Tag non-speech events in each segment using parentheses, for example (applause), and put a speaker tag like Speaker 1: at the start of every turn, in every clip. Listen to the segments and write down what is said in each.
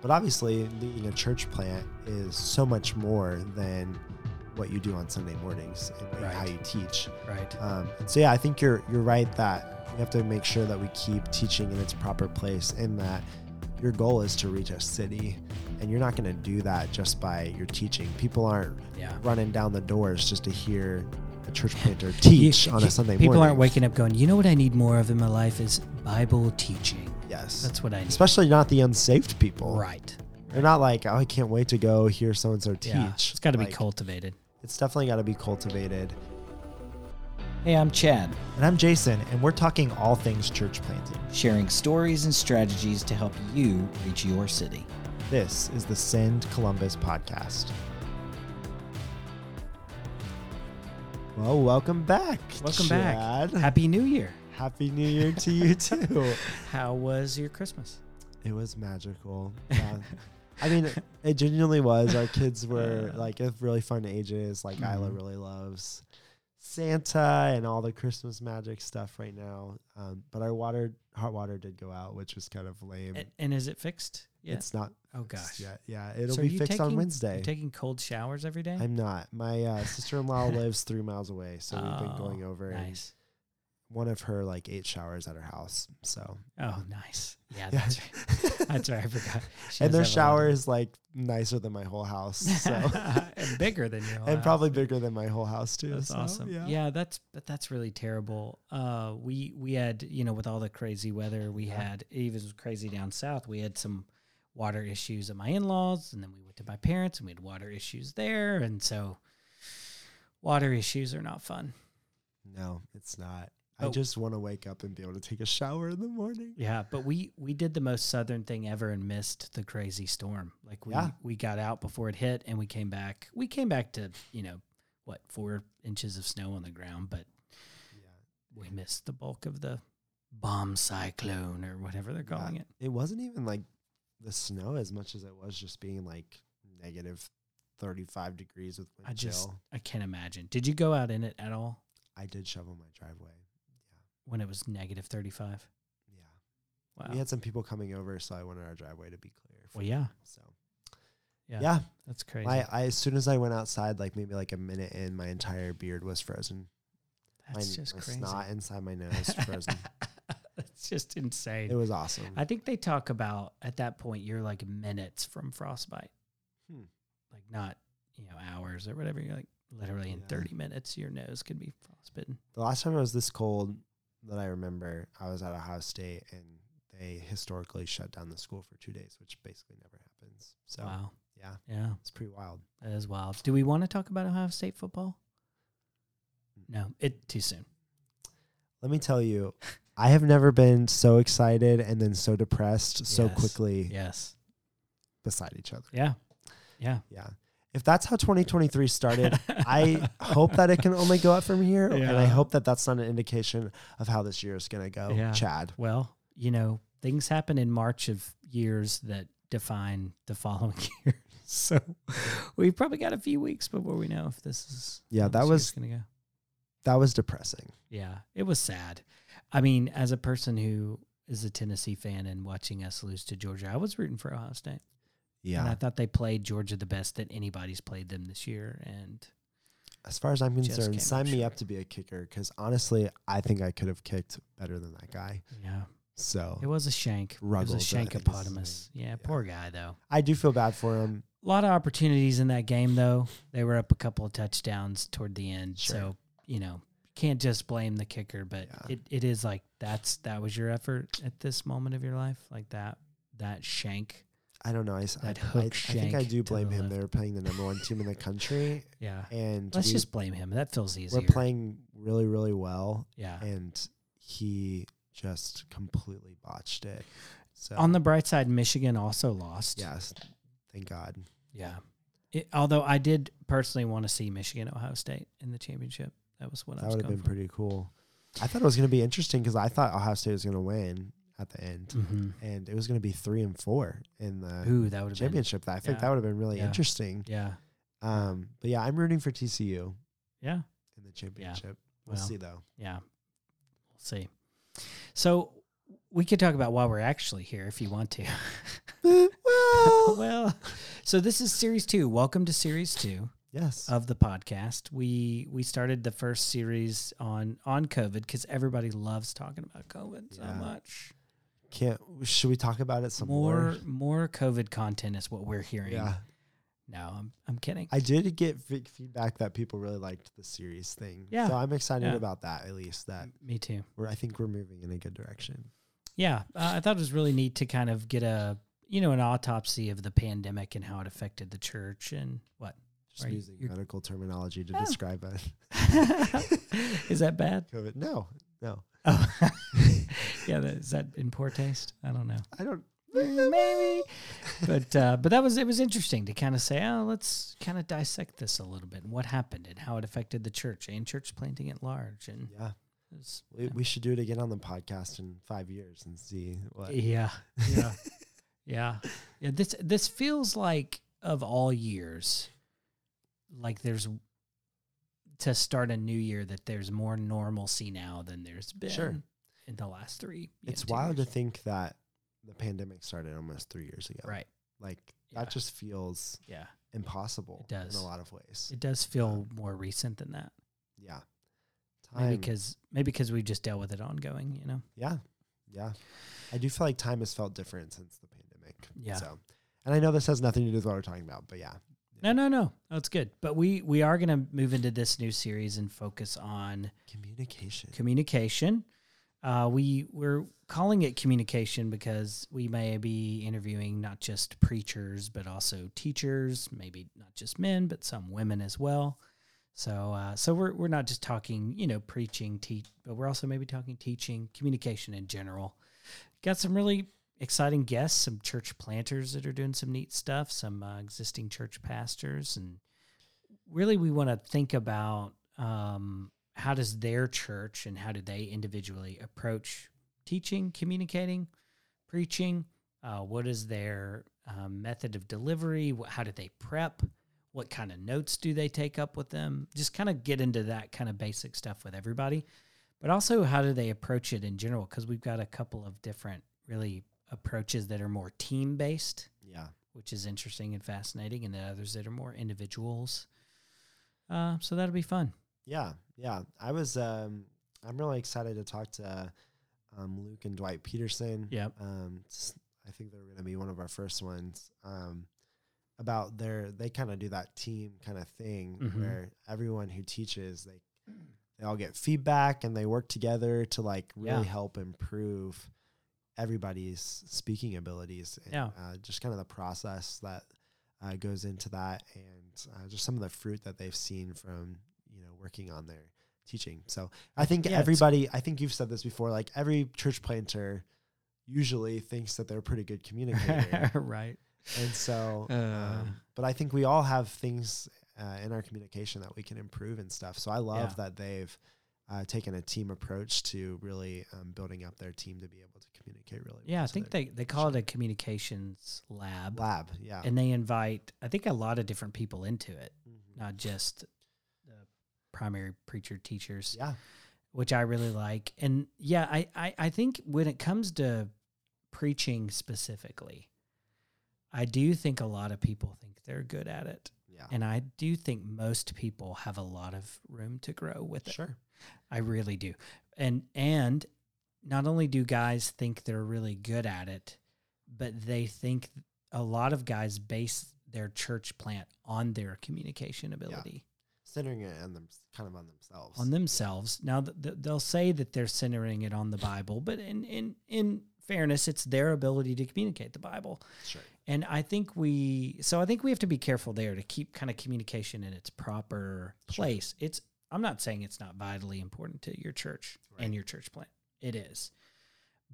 Speaker 1: But obviously, leading a church plant is so much more than what you do on Sunday mornings and and how
Speaker 2: Right.
Speaker 1: you teach.
Speaker 2: Right.
Speaker 1: Um, and so yeah, I think you're you're right that we have to make sure that we keep teaching in its proper place, and that your goal is to reach a city, and you're not going to do that just by your teaching. People aren't
Speaker 2: Yeah.
Speaker 1: running down the doors just to hear a church
Speaker 2: (laughs)
Speaker 1: planter teach
Speaker 2: You-
Speaker 1: on
Speaker 2: you-
Speaker 1: a Sunday
Speaker 2: people
Speaker 1: morning.
Speaker 2: aren't waking up going, you know what I need more of in my life is Bible teaching.
Speaker 1: Yes,
Speaker 2: That's what I need.
Speaker 1: Especially not the unsaved people.
Speaker 2: Right.
Speaker 1: They're not like, oh, I can't wait to go hear so and so teach.
Speaker 2: Yeah. It's got to be
Speaker 1: Like,
Speaker 2: cultivated.
Speaker 1: It's definitely got to be cultivated.
Speaker 3: Hey, I'm Chad,
Speaker 1: And I'm Jason, and we're talking all things church planting.
Speaker 3: sharing stories and strategies to help you reach your city.
Speaker 1: This is the Send Columbus podcast. Well, welcome back.
Speaker 2: Welcome
Speaker 1: Chad.
Speaker 2: back. Happy New Year.
Speaker 1: Happy New Year (laughs) to
Speaker 2: (laughs)
Speaker 1: you too.
Speaker 2: How was your Christmas?
Speaker 1: it was
Speaker 2: (laughs)
Speaker 1: magical. Yeah. I mean, it genuinely was. Our
Speaker 2: (laughs)
Speaker 1: kids were like at really fun ages. Like
Speaker 2: Mm-hmm.
Speaker 1: Isla really loves Santa and all the Christmas magic stuff right now. Um, but our water, hot water, did go out, which was kind of lame.
Speaker 2: And, and is it fixed? Yeah.
Speaker 1: It's not
Speaker 2: oh
Speaker 1: fixed
Speaker 2: gosh.
Speaker 1: yet. Yeah, it'll
Speaker 2: So are
Speaker 1: be
Speaker 2: you
Speaker 1: fixed on
Speaker 2: taking-
Speaker 1: Wednesday.
Speaker 2: You're taking cold showers every day?
Speaker 1: I'm not. My uh,
Speaker 2: (laughs)
Speaker 1: sister-in-law lives three miles away, so we've been
Speaker 2: Oh,
Speaker 1: going over and
Speaker 2: Nice.
Speaker 1: one of her like eight showers at her house. So
Speaker 2: Oh, nice. Yeah,
Speaker 1: (laughs) Yeah.
Speaker 2: that's right. That's right. I forgot. She
Speaker 1: and their
Speaker 2: does have a lot
Speaker 1: shower
Speaker 2: of-
Speaker 1: is like nicer than my whole
Speaker 2: (laughs)
Speaker 1: house, (laughs) so
Speaker 2: and bigger than you.
Speaker 1: (laughs) and probably bigger than my whole house too.
Speaker 2: That's
Speaker 1: so,
Speaker 2: awesome. Yeah. that's but that's really terrible. Uh, we we had you know with all the crazy weather we had, it even was crazy down south. We had some water issues at my in laws, and then we went to my parents, and we had water issues there, and so water issues are not fun.
Speaker 1: No, it's not. I
Speaker 2: Oh.
Speaker 1: just want to wake up and be able to take a shower in the morning.
Speaker 2: Yeah, but we we did the most southern thing ever and missed the crazy storm. Like we
Speaker 1: Yeah.
Speaker 2: we got out before it hit, and we came back. We came back to you know what four inches of snow on the ground, but we missed the bulk of the bomb cyclone or whatever they're calling it.
Speaker 1: It wasn't even like the snow as much as it was just being like negative thirty-five degrees with wind
Speaker 2: I just-
Speaker 1: chill.
Speaker 2: I can't imagine. Did you go out in it at all
Speaker 1: I did shovel my driveway.
Speaker 2: when it was negative 35?
Speaker 1: Yeah.
Speaker 2: Wow.
Speaker 1: We had some people coming over, so I wanted our driveway to be clear. for
Speaker 2: Well, yeah.
Speaker 1: them, So
Speaker 2: Yeah.
Speaker 1: yeah,
Speaker 2: That's crazy.
Speaker 1: my I, as soon as I went outside, like maybe like a minute in, my entire beard was frozen.
Speaker 2: That's
Speaker 1: my,
Speaker 2: just
Speaker 1: my
Speaker 2: crazy. (laughs)
Speaker 1: snot inside my nose frozen.
Speaker 2: That's just insane.
Speaker 1: it was awesome.
Speaker 2: I think they talk about at that point you're like minutes from frostbite,
Speaker 1: Hmm.
Speaker 2: like not you know hours or whatever. You're like literally in
Speaker 1: Yeah.
Speaker 2: 30 minutes your nose could be frostbitten.
Speaker 1: the last time I was this cold that I remember, I was at Ohio State, and they historically shut down the school for two days, which basically never happens. So
Speaker 2: Wow.
Speaker 1: yeah,
Speaker 2: Yeah,
Speaker 1: it's pretty wild.
Speaker 2: that is wild. Do we want to talk about Ohio State football? No, it too soon.
Speaker 1: Let me tell you, I have never been so excited and then so depressed so
Speaker 2: Yes.
Speaker 1: quickly
Speaker 2: Yes.
Speaker 1: beside each other.
Speaker 2: Yeah. Yeah.
Speaker 1: Yeah. If that's how 2023
Speaker 2: (laughs)
Speaker 1: started, I hope that it can only go up from here. And I
Speaker 2: Yeah.
Speaker 1: hope that that's not an indication of how this year is going to go,
Speaker 2: Yeah.
Speaker 1: Chad.
Speaker 2: Well, you know, things happen in March of years that define the following (laughs) year. So we've probably got a few weeks before we know if this is
Speaker 1: Yeah,
Speaker 2: how
Speaker 1: that
Speaker 2: this year's
Speaker 1: was-
Speaker 2: gonna go.
Speaker 1: That was depressing.
Speaker 2: Yeah, it was sad. I mean, as a person who is a Tennessee fan and watching us lose to Georgia, I was rooting for Ohio State. And I
Speaker 1: Yeah.
Speaker 2: thought they played Georgia the best that anybody's played them this year. And
Speaker 1: As far as I'm
Speaker 2: Just came
Speaker 1: concerned,
Speaker 2: up
Speaker 1: sign me up
Speaker 2: short.
Speaker 1: to be a kicker because honestly, I think I could have kicked better than that guy.
Speaker 2: yeah,
Speaker 1: So
Speaker 2: it was a shank. it
Speaker 1: Ruggles,
Speaker 2: was
Speaker 1: I
Speaker 2: a shank
Speaker 1: think is his
Speaker 2: hippopotamus. Yeah,
Speaker 1: Yeah.
Speaker 2: poor guy though.
Speaker 1: I do feel bad for him.
Speaker 2: A lot of opportunities in that game though. They were up a couple of touchdowns toward the end.
Speaker 1: Sure.
Speaker 2: So, you know, can't just blame the kicker, but
Speaker 1: Yeah.
Speaker 2: it, it is like that's that was your effort at this moment of your life. Like that that shank.
Speaker 1: I don't know. I, s- I-
Speaker 2: That
Speaker 1: I-
Speaker 2: hook
Speaker 1: I think I
Speaker 2: shank
Speaker 1: do
Speaker 2: to
Speaker 1: blame
Speaker 2: the
Speaker 1: him.
Speaker 2: left.
Speaker 1: They were playing the number one team in the
Speaker 2: (laughs)
Speaker 1: country,
Speaker 2: Yeah.
Speaker 1: and
Speaker 2: Let's
Speaker 1: we,
Speaker 2: just blame him. That feels easier.
Speaker 1: we're playing really, really well.
Speaker 2: Yeah.
Speaker 1: and he just completely botched it. So
Speaker 2: On the bright side, Michigan also lost.
Speaker 1: yes, thank God.
Speaker 2: Yeah. It, although I did personally want to see Michigan Ohio State in the championship. That was what I
Speaker 1: That
Speaker 2: was
Speaker 1: would have
Speaker 2: going
Speaker 1: been
Speaker 2: for.
Speaker 1: pretty cool. I thought it was going to be interesting because I thought Ohio State was going to win at the end,
Speaker 2: Mhm.
Speaker 1: and it was going to be three and four in the
Speaker 2: Ooh, that would have been.
Speaker 1: championship. That I think
Speaker 2: yeah.
Speaker 1: that would have been really
Speaker 2: Yeah.
Speaker 1: interesting.
Speaker 2: Yeah.
Speaker 1: Um, but yeah, I'm rooting for TCU
Speaker 2: Yeah.
Speaker 1: in the championship. We'll
Speaker 2: Well.
Speaker 1: see though.
Speaker 2: Yeah. We'll see. (laughs) So we could talk about why we're actually here if you want to. So this is series two. Welcome to series two
Speaker 1: (laughs) Yes.
Speaker 2: of the podcast. We we started the first series on on COVID because everybody loves talking about COVID so
Speaker 1: Yeah.
Speaker 2: much.
Speaker 1: Can't. Should we talk about it some more?
Speaker 2: more more COVID content is what we're hearing.
Speaker 1: Yeah.
Speaker 2: No, I'm I'm kidding.
Speaker 1: I did get fe- feedback that people really liked the series thing.
Speaker 2: Yeah.
Speaker 1: So I'm excited
Speaker 2: Yeah.
Speaker 1: about that. At least that
Speaker 2: Me too.
Speaker 1: we're. I think we're moving in a good direction.
Speaker 2: Yeah, uh, I thought it was really neat to kind of get a you know an autopsy of the pandemic and how it affected the church and what (laughs)
Speaker 1: Just
Speaker 2: Right,
Speaker 1: using
Speaker 2: you're-
Speaker 1: medical terminology to
Speaker 2: Oh.
Speaker 1: describe it.
Speaker 2: is that bad?
Speaker 1: COVID. No. No.
Speaker 2: Oh, (laughs) yeah, that, is that in poor taste? I don't know.
Speaker 1: I don't.
Speaker 2: Mm, Maybe, but uh, but that was it was interesting to kind of say, oh, let's kind of dissect this a little bit and what happened and how it affected the church and church planting at large and
Speaker 1: Yeah.
Speaker 2: it was-
Speaker 1: We, we should do it again on the podcast in five years and see what.
Speaker 2: Yeah.
Speaker 1: (laughs)
Speaker 2: Yeah. yeah. Yeah. This this feels like of all years, like there's to start a new year that there's more normalcy now than there's been
Speaker 1: Sure.
Speaker 2: in the last three. yeah,
Speaker 1: It's
Speaker 2: two
Speaker 1: wild
Speaker 2: years.
Speaker 1: to think that the pandemic started almost three years ago.
Speaker 2: Right.
Speaker 1: Like
Speaker 2: Yeah.
Speaker 1: that just feels
Speaker 2: Yeah.
Speaker 1: impossible
Speaker 2: It does.
Speaker 1: in a lot of ways.
Speaker 2: It does feel more recent than that.
Speaker 1: yeah.
Speaker 2: Maybe because maybe because we've just dealt with it ongoing, you know?
Speaker 1: Yeah. Yeah. I do feel like time has felt different since the pandemic.
Speaker 2: Yeah.
Speaker 1: So, and I know this has nothing to do with what we're talking about, but yeah.
Speaker 2: No, no, no. That's good. But we we are gonna move into this new series and focus on
Speaker 1: Communication.
Speaker 2: communication. Uh, we we're calling it communication because we may be interviewing not just preachers but also teachers, maybe not just men but some women as well. So uh, so we're we're not just talking you know preaching teach, but we're also maybe talking teaching communication in general. Got some really exciting guests, some church planters that are doing some neat stuff, some uh, existing church pastors, and really we want to think about um, how does their church and how do they individually approach teaching, communicating, preaching? Uh, what is their um, method of delivery? Wh- How do they prep? What kind of notes do they take up with them? Just kind of get into that kind of basic stuff with everybody. But also, how do they approach it in general? Because we've got a couple of different really approaches that are more team based
Speaker 1: yeah.
Speaker 2: which is interesting and fascinating, and then others that are more individuals. Uh, so that'll be fun.
Speaker 1: Yeah. Yeah. I was, um, I'm really excited to talk to um, Luke and Dwight Peterson.
Speaker 2: Yep.
Speaker 1: Um, s- I think they're going to be one of our first ones. Um, about their, they kind of do that team kind of thing
Speaker 2: Mhm.
Speaker 1: where everyone who teaches, they, they all get feedback and they work together to like really
Speaker 2: Yeah.
Speaker 1: help improve everybody's speaking abilities. And,
Speaker 2: Yeah.
Speaker 1: Uh, just kind of the process that uh, goes into that and uh, just some of the fruit that they've seen from you know working on their teaching so i think
Speaker 2: yeah, it's-
Speaker 1: everybody i think you've said this before like every church planter usually thinks that they're a pretty good communicator
Speaker 2: (laughs) right.
Speaker 1: and so
Speaker 2: (laughs) Uh.
Speaker 1: um, but i think we all have things uh, in our communication that we can improve and stuff so i love
Speaker 2: Yeah.
Speaker 1: that they've uh, taken a team approach to really um, building up their team to be able to communicate really well
Speaker 2: Yeah, I
Speaker 1: to
Speaker 2: think
Speaker 1: their
Speaker 2: they, they call it a communications lab,
Speaker 1: lab yeah
Speaker 2: and they invite, I think, a lot of different people into it,
Speaker 1: Mhm.
Speaker 2: not just the primary preacher teachers.
Speaker 1: yeah
Speaker 2: which I really like. And yeah, I, I, I think when it comes to preaching specifically, I do think a lot of people think they're good at it.
Speaker 1: yeah
Speaker 2: And I do think most people have a lot of room to grow with it.
Speaker 1: sure
Speaker 2: I really do. And and not only do guys think they're really good at it, but they think a lot of guys base their church plant on their communication ability.
Speaker 1: centering it on them, kind of on themselves.
Speaker 2: on themselves. Now th- th- they'll say that they're centering it on the Bible, but in in in fairness, it's their ability to communicate the Bible.
Speaker 1: sure.
Speaker 2: And I think we so I think we have to be careful there to keep kind of communication in its proper
Speaker 1: Sure.
Speaker 2: place. It's I'm not saying it's not vitally important to your church
Speaker 1: Right.
Speaker 2: and your church plant. It is.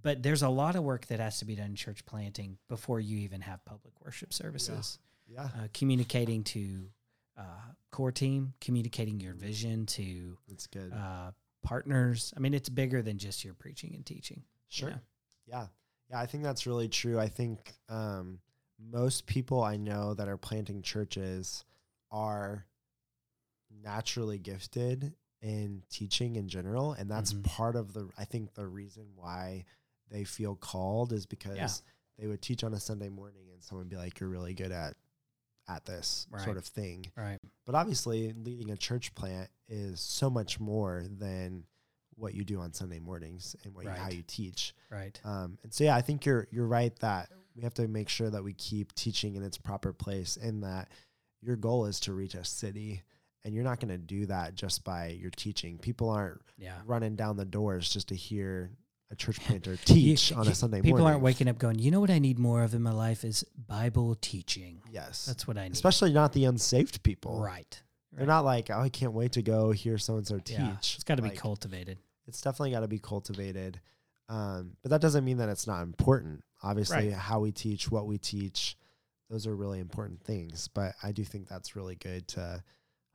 Speaker 2: But there's a lot of work that has to be done in church planting before you even have public worship services
Speaker 1: Yeah.
Speaker 2: uh, communicating to uh, core team, communicating your vision to
Speaker 1: That's good.
Speaker 2: uh, partners. I mean, it's bigger than just your preaching and teaching.
Speaker 1: sure.
Speaker 2: know.
Speaker 1: Yeah. Yeah. I think that's really true. I think um, most people I know that are planting churches are naturally gifted in teaching in general. And that's
Speaker 2: Mhm.
Speaker 1: part of the, I think the reason why they feel called is because they would teach on a Sunday morning and someone would be like, you're really good at at this
Speaker 2: Right.
Speaker 1: sort of thing.
Speaker 2: Right.
Speaker 1: But obviously, leading a church plant is so much more than what you do on Sunday mornings and what you, how
Speaker 2: Right.
Speaker 1: you teach.
Speaker 2: Right.
Speaker 1: Um, and so, yeah, I think you're you're right that we have to make sure that we keep teaching in its proper place, and that your goal is to reach a city, and you're not going to do that just by your teaching. People aren't
Speaker 2: Yeah.
Speaker 1: running down the doors just to hear a
Speaker 2: (laughs)
Speaker 1: church planter teach
Speaker 2: You-
Speaker 1: on
Speaker 2: you-
Speaker 1: a Sunday
Speaker 2: People
Speaker 1: morning.
Speaker 2: aren't waking up going, you know what I need more of in my life is Bible teaching.
Speaker 1: Yes,
Speaker 2: That's what I need.
Speaker 1: especially not the unsaved people.
Speaker 2: right.
Speaker 1: They're not like, oh, I can't wait to go hear so and so teach.
Speaker 2: Yeah. It's got to be
Speaker 1: Like,
Speaker 2: cultivated.
Speaker 1: It's definitely got to be cultivated. Um, but that doesn't mean that it's not important. Obviously,
Speaker 2: Right.
Speaker 1: how we teach, what we teach, those are really important things. But I do think that's really good to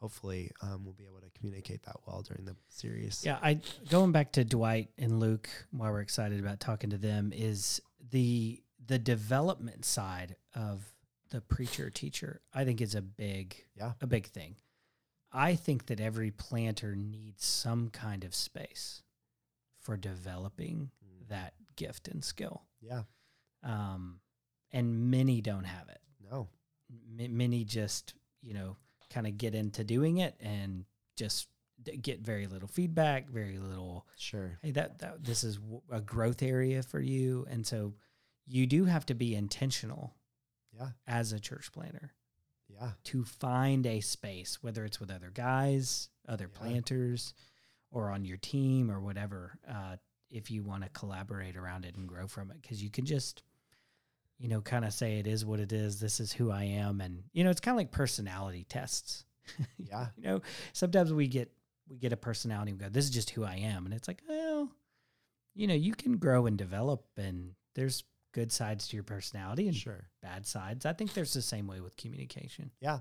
Speaker 1: hopefully um, we'll be able to communicate that well during the series.
Speaker 2: Yeah, I going back to Dwight and Luke, why we're excited about talking to them is the the development side of the preacher teacher. I think is a big
Speaker 1: Yeah.
Speaker 2: a big thing. I think that every planter needs some kind of space for developing
Speaker 1: Mm.
Speaker 2: that gift and skill,
Speaker 1: Yeah.
Speaker 2: um, and many don't have it.
Speaker 1: No.
Speaker 2: M- many just you know kind of get into doing it and just d- get very little feedback, very little
Speaker 1: Sure.
Speaker 2: hey that, that this is w- a growth area for you and so you do have to be intentional
Speaker 1: Yeah.
Speaker 2: as a church planner (laughs)
Speaker 1: Yeah.
Speaker 2: to find a space whether it's with other guys other
Speaker 1: Yeah.
Speaker 2: planters or on your team or whatever uh, if you want to collaborate around it and grow from it because you can just you know kind of say it is what it is this is who i am and you know it's kind of like personality tests
Speaker 1: Yeah.
Speaker 2: you know sometimes we get we get a personality and we go this is just who i am and it's like well you know you can grow and develop and there's good sides to your personality and
Speaker 1: Sure.
Speaker 2: bad sides i think there's the same way with communication
Speaker 1: Yeah.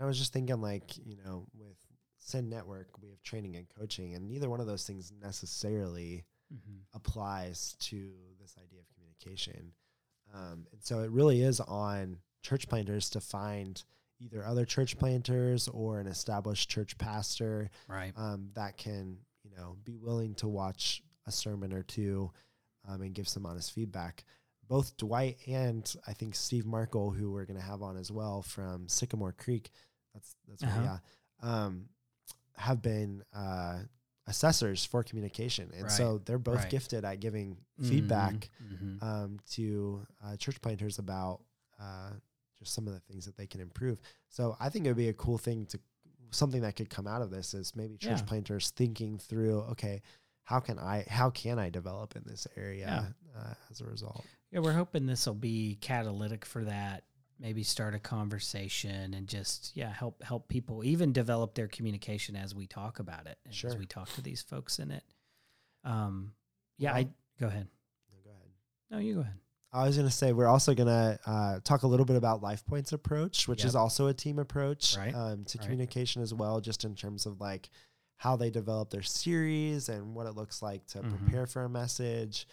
Speaker 1: I was just thinking, like, you know, with Sin Network, we have training and coaching, and neither one of those things necessarily Mm-hmm. applies to this idea of communication. Um, and so it really is on church planters to find either other church planters or an established church pastor
Speaker 2: right
Speaker 1: um, that can, you know, be willing to watch a sermon or two um, and give some honest feedback. Both Dwight and I think Steve Markle, who we're going to have on as well from Sycamore Creek, that's that's right,
Speaker 2: Uh-huh.
Speaker 1: yeah, um, have been uh, assessors for communication, and so they're both
Speaker 2: right. Mm-hmm.
Speaker 1: gifted at giving feedback
Speaker 2: Mhm.
Speaker 1: um, to uh, church planters about uh, just some of the things that they can improve. So I think it would be a cool thing to something that could come out of this is maybe church
Speaker 2: Yeah.
Speaker 1: planters thinking through, okay, how can I how can I develop in this area uh, as a result?
Speaker 2: yeah we're hoping this will be catalytic for that maybe start a conversation and just yeah help help people even develop their communication as we talk about it and as
Speaker 1: Sure.
Speaker 2: we talk to these folks in it um yeah
Speaker 1: Well-
Speaker 2: i go ahead
Speaker 1: No, go ahead.
Speaker 2: no you go ahead
Speaker 1: I was going to say we're also going to uh, talk a little bit about Life Points approach, which
Speaker 2: Yep.
Speaker 1: is also a team approach
Speaker 2: Right.
Speaker 1: um, to
Speaker 2: Right.
Speaker 1: communication as well, just in terms of like how they develop their series and what it looks like to
Speaker 2: Mhm.
Speaker 1: prepare for a message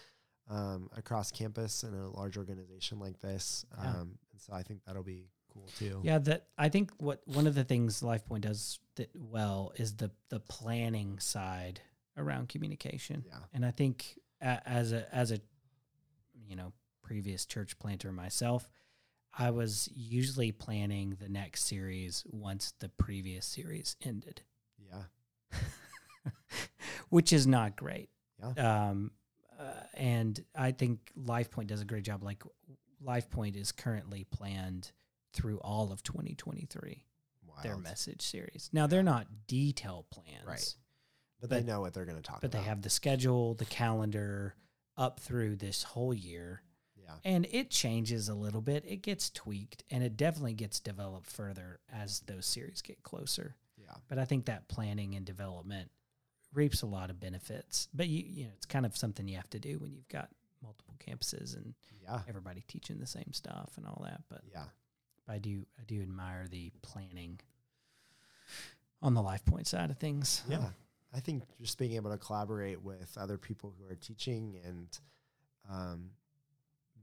Speaker 1: um, across campus in a large organization like this.
Speaker 2: Yeah.
Speaker 1: Um, and so I think that'll be cool too.
Speaker 2: Yeah, that I think what one of the things LifePoint does that well is the the planning side around communication,
Speaker 1: Yeah.
Speaker 2: and I think a, as a as a you know previous church planter myself, I was usually planning the next series once the previous series ended,
Speaker 1: Yeah.
Speaker 2: which is not great.
Speaker 1: Yeah.
Speaker 2: Um, uh, and I think LifePoint does a great job. Like LifePoint is currently planned through all of 2023 their
Speaker 1: Wild.
Speaker 2: message series. Now they're not detail plans,
Speaker 1: Right. Uh-huh. But they
Speaker 2: but-
Speaker 1: know what they're going to talk
Speaker 2: but
Speaker 1: about.
Speaker 2: they have the schedule, the calendar up through this whole year.
Speaker 1: Yeah.
Speaker 2: And it changes a little bit. It gets tweaked and it definitely gets developed further as those series get closer.
Speaker 1: Yeah.
Speaker 2: But I think that planning and development reaps a lot of benefits. But you you know, it's kind of something you have to do when you've got multiple campuses and
Speaker 1: Yeah.
Speaker 2: everybody teaching the same stuff and all that. But
Speaker 1: Yeah.
Speaker 2: I do I do admire the planning on the life point side of things.
Speaker 1: Yeah. Um, I think just being able to collaborate with other people who are teaching and um,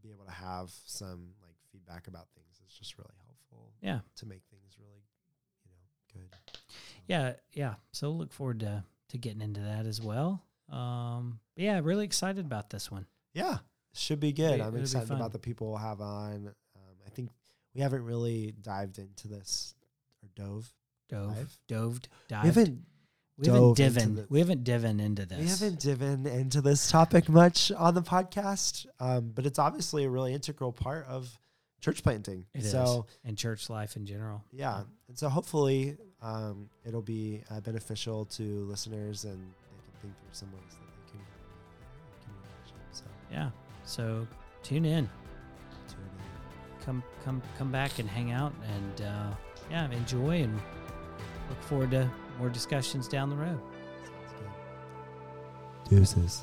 Speaker 1: be able to have some like feedback about things is just really helpful
Speaker 2: Yeah.
Speaker 1: to make things really, you know, good.
Speaker 2: Yeah, yeah. So look forward to to getting into that as well. Um but yeah, really excited about this one.
Speaker 1: Yeah. Should be good.
Speaker 2: It'll be-
Speaker 1: I'm
Speaker 2: it'll be
Speaker 1: excited
Speaker 2: fun.
Speaker 1: about the people we'll have on. Um, I think we haven't really dived into this or dove.
Speaker 2: Dove,
Speaker 1: Dive?
Speaker 2: doved, dived.
Speaker 1: We haven't
Speaker 2: we haven't
Speaker 1: dove into
Speaker 2: divin.
Speaker 1: the-
Speaker 2: we haven't divin into this.
Speaker 1: we haven't divin into this topic much on the podcast, um, but it's obviously a really integral part of church planting.
Speaker 2: It is.
Speaker 1: so
Speaker 2: and church life in general.
Speaker 1: yeah, and so hopefully um, it'll be uh, beneficial to listeners and they can think through some ways that they can. uh, can manage it. So
Speaker 2: Yeah. So tune in.
Speaker 1: tune in.
Speaker 2: Come come come back and hang out and uh, yeah, enjoy and look forward to more discussions down the road.
Speaker 1: Deuces.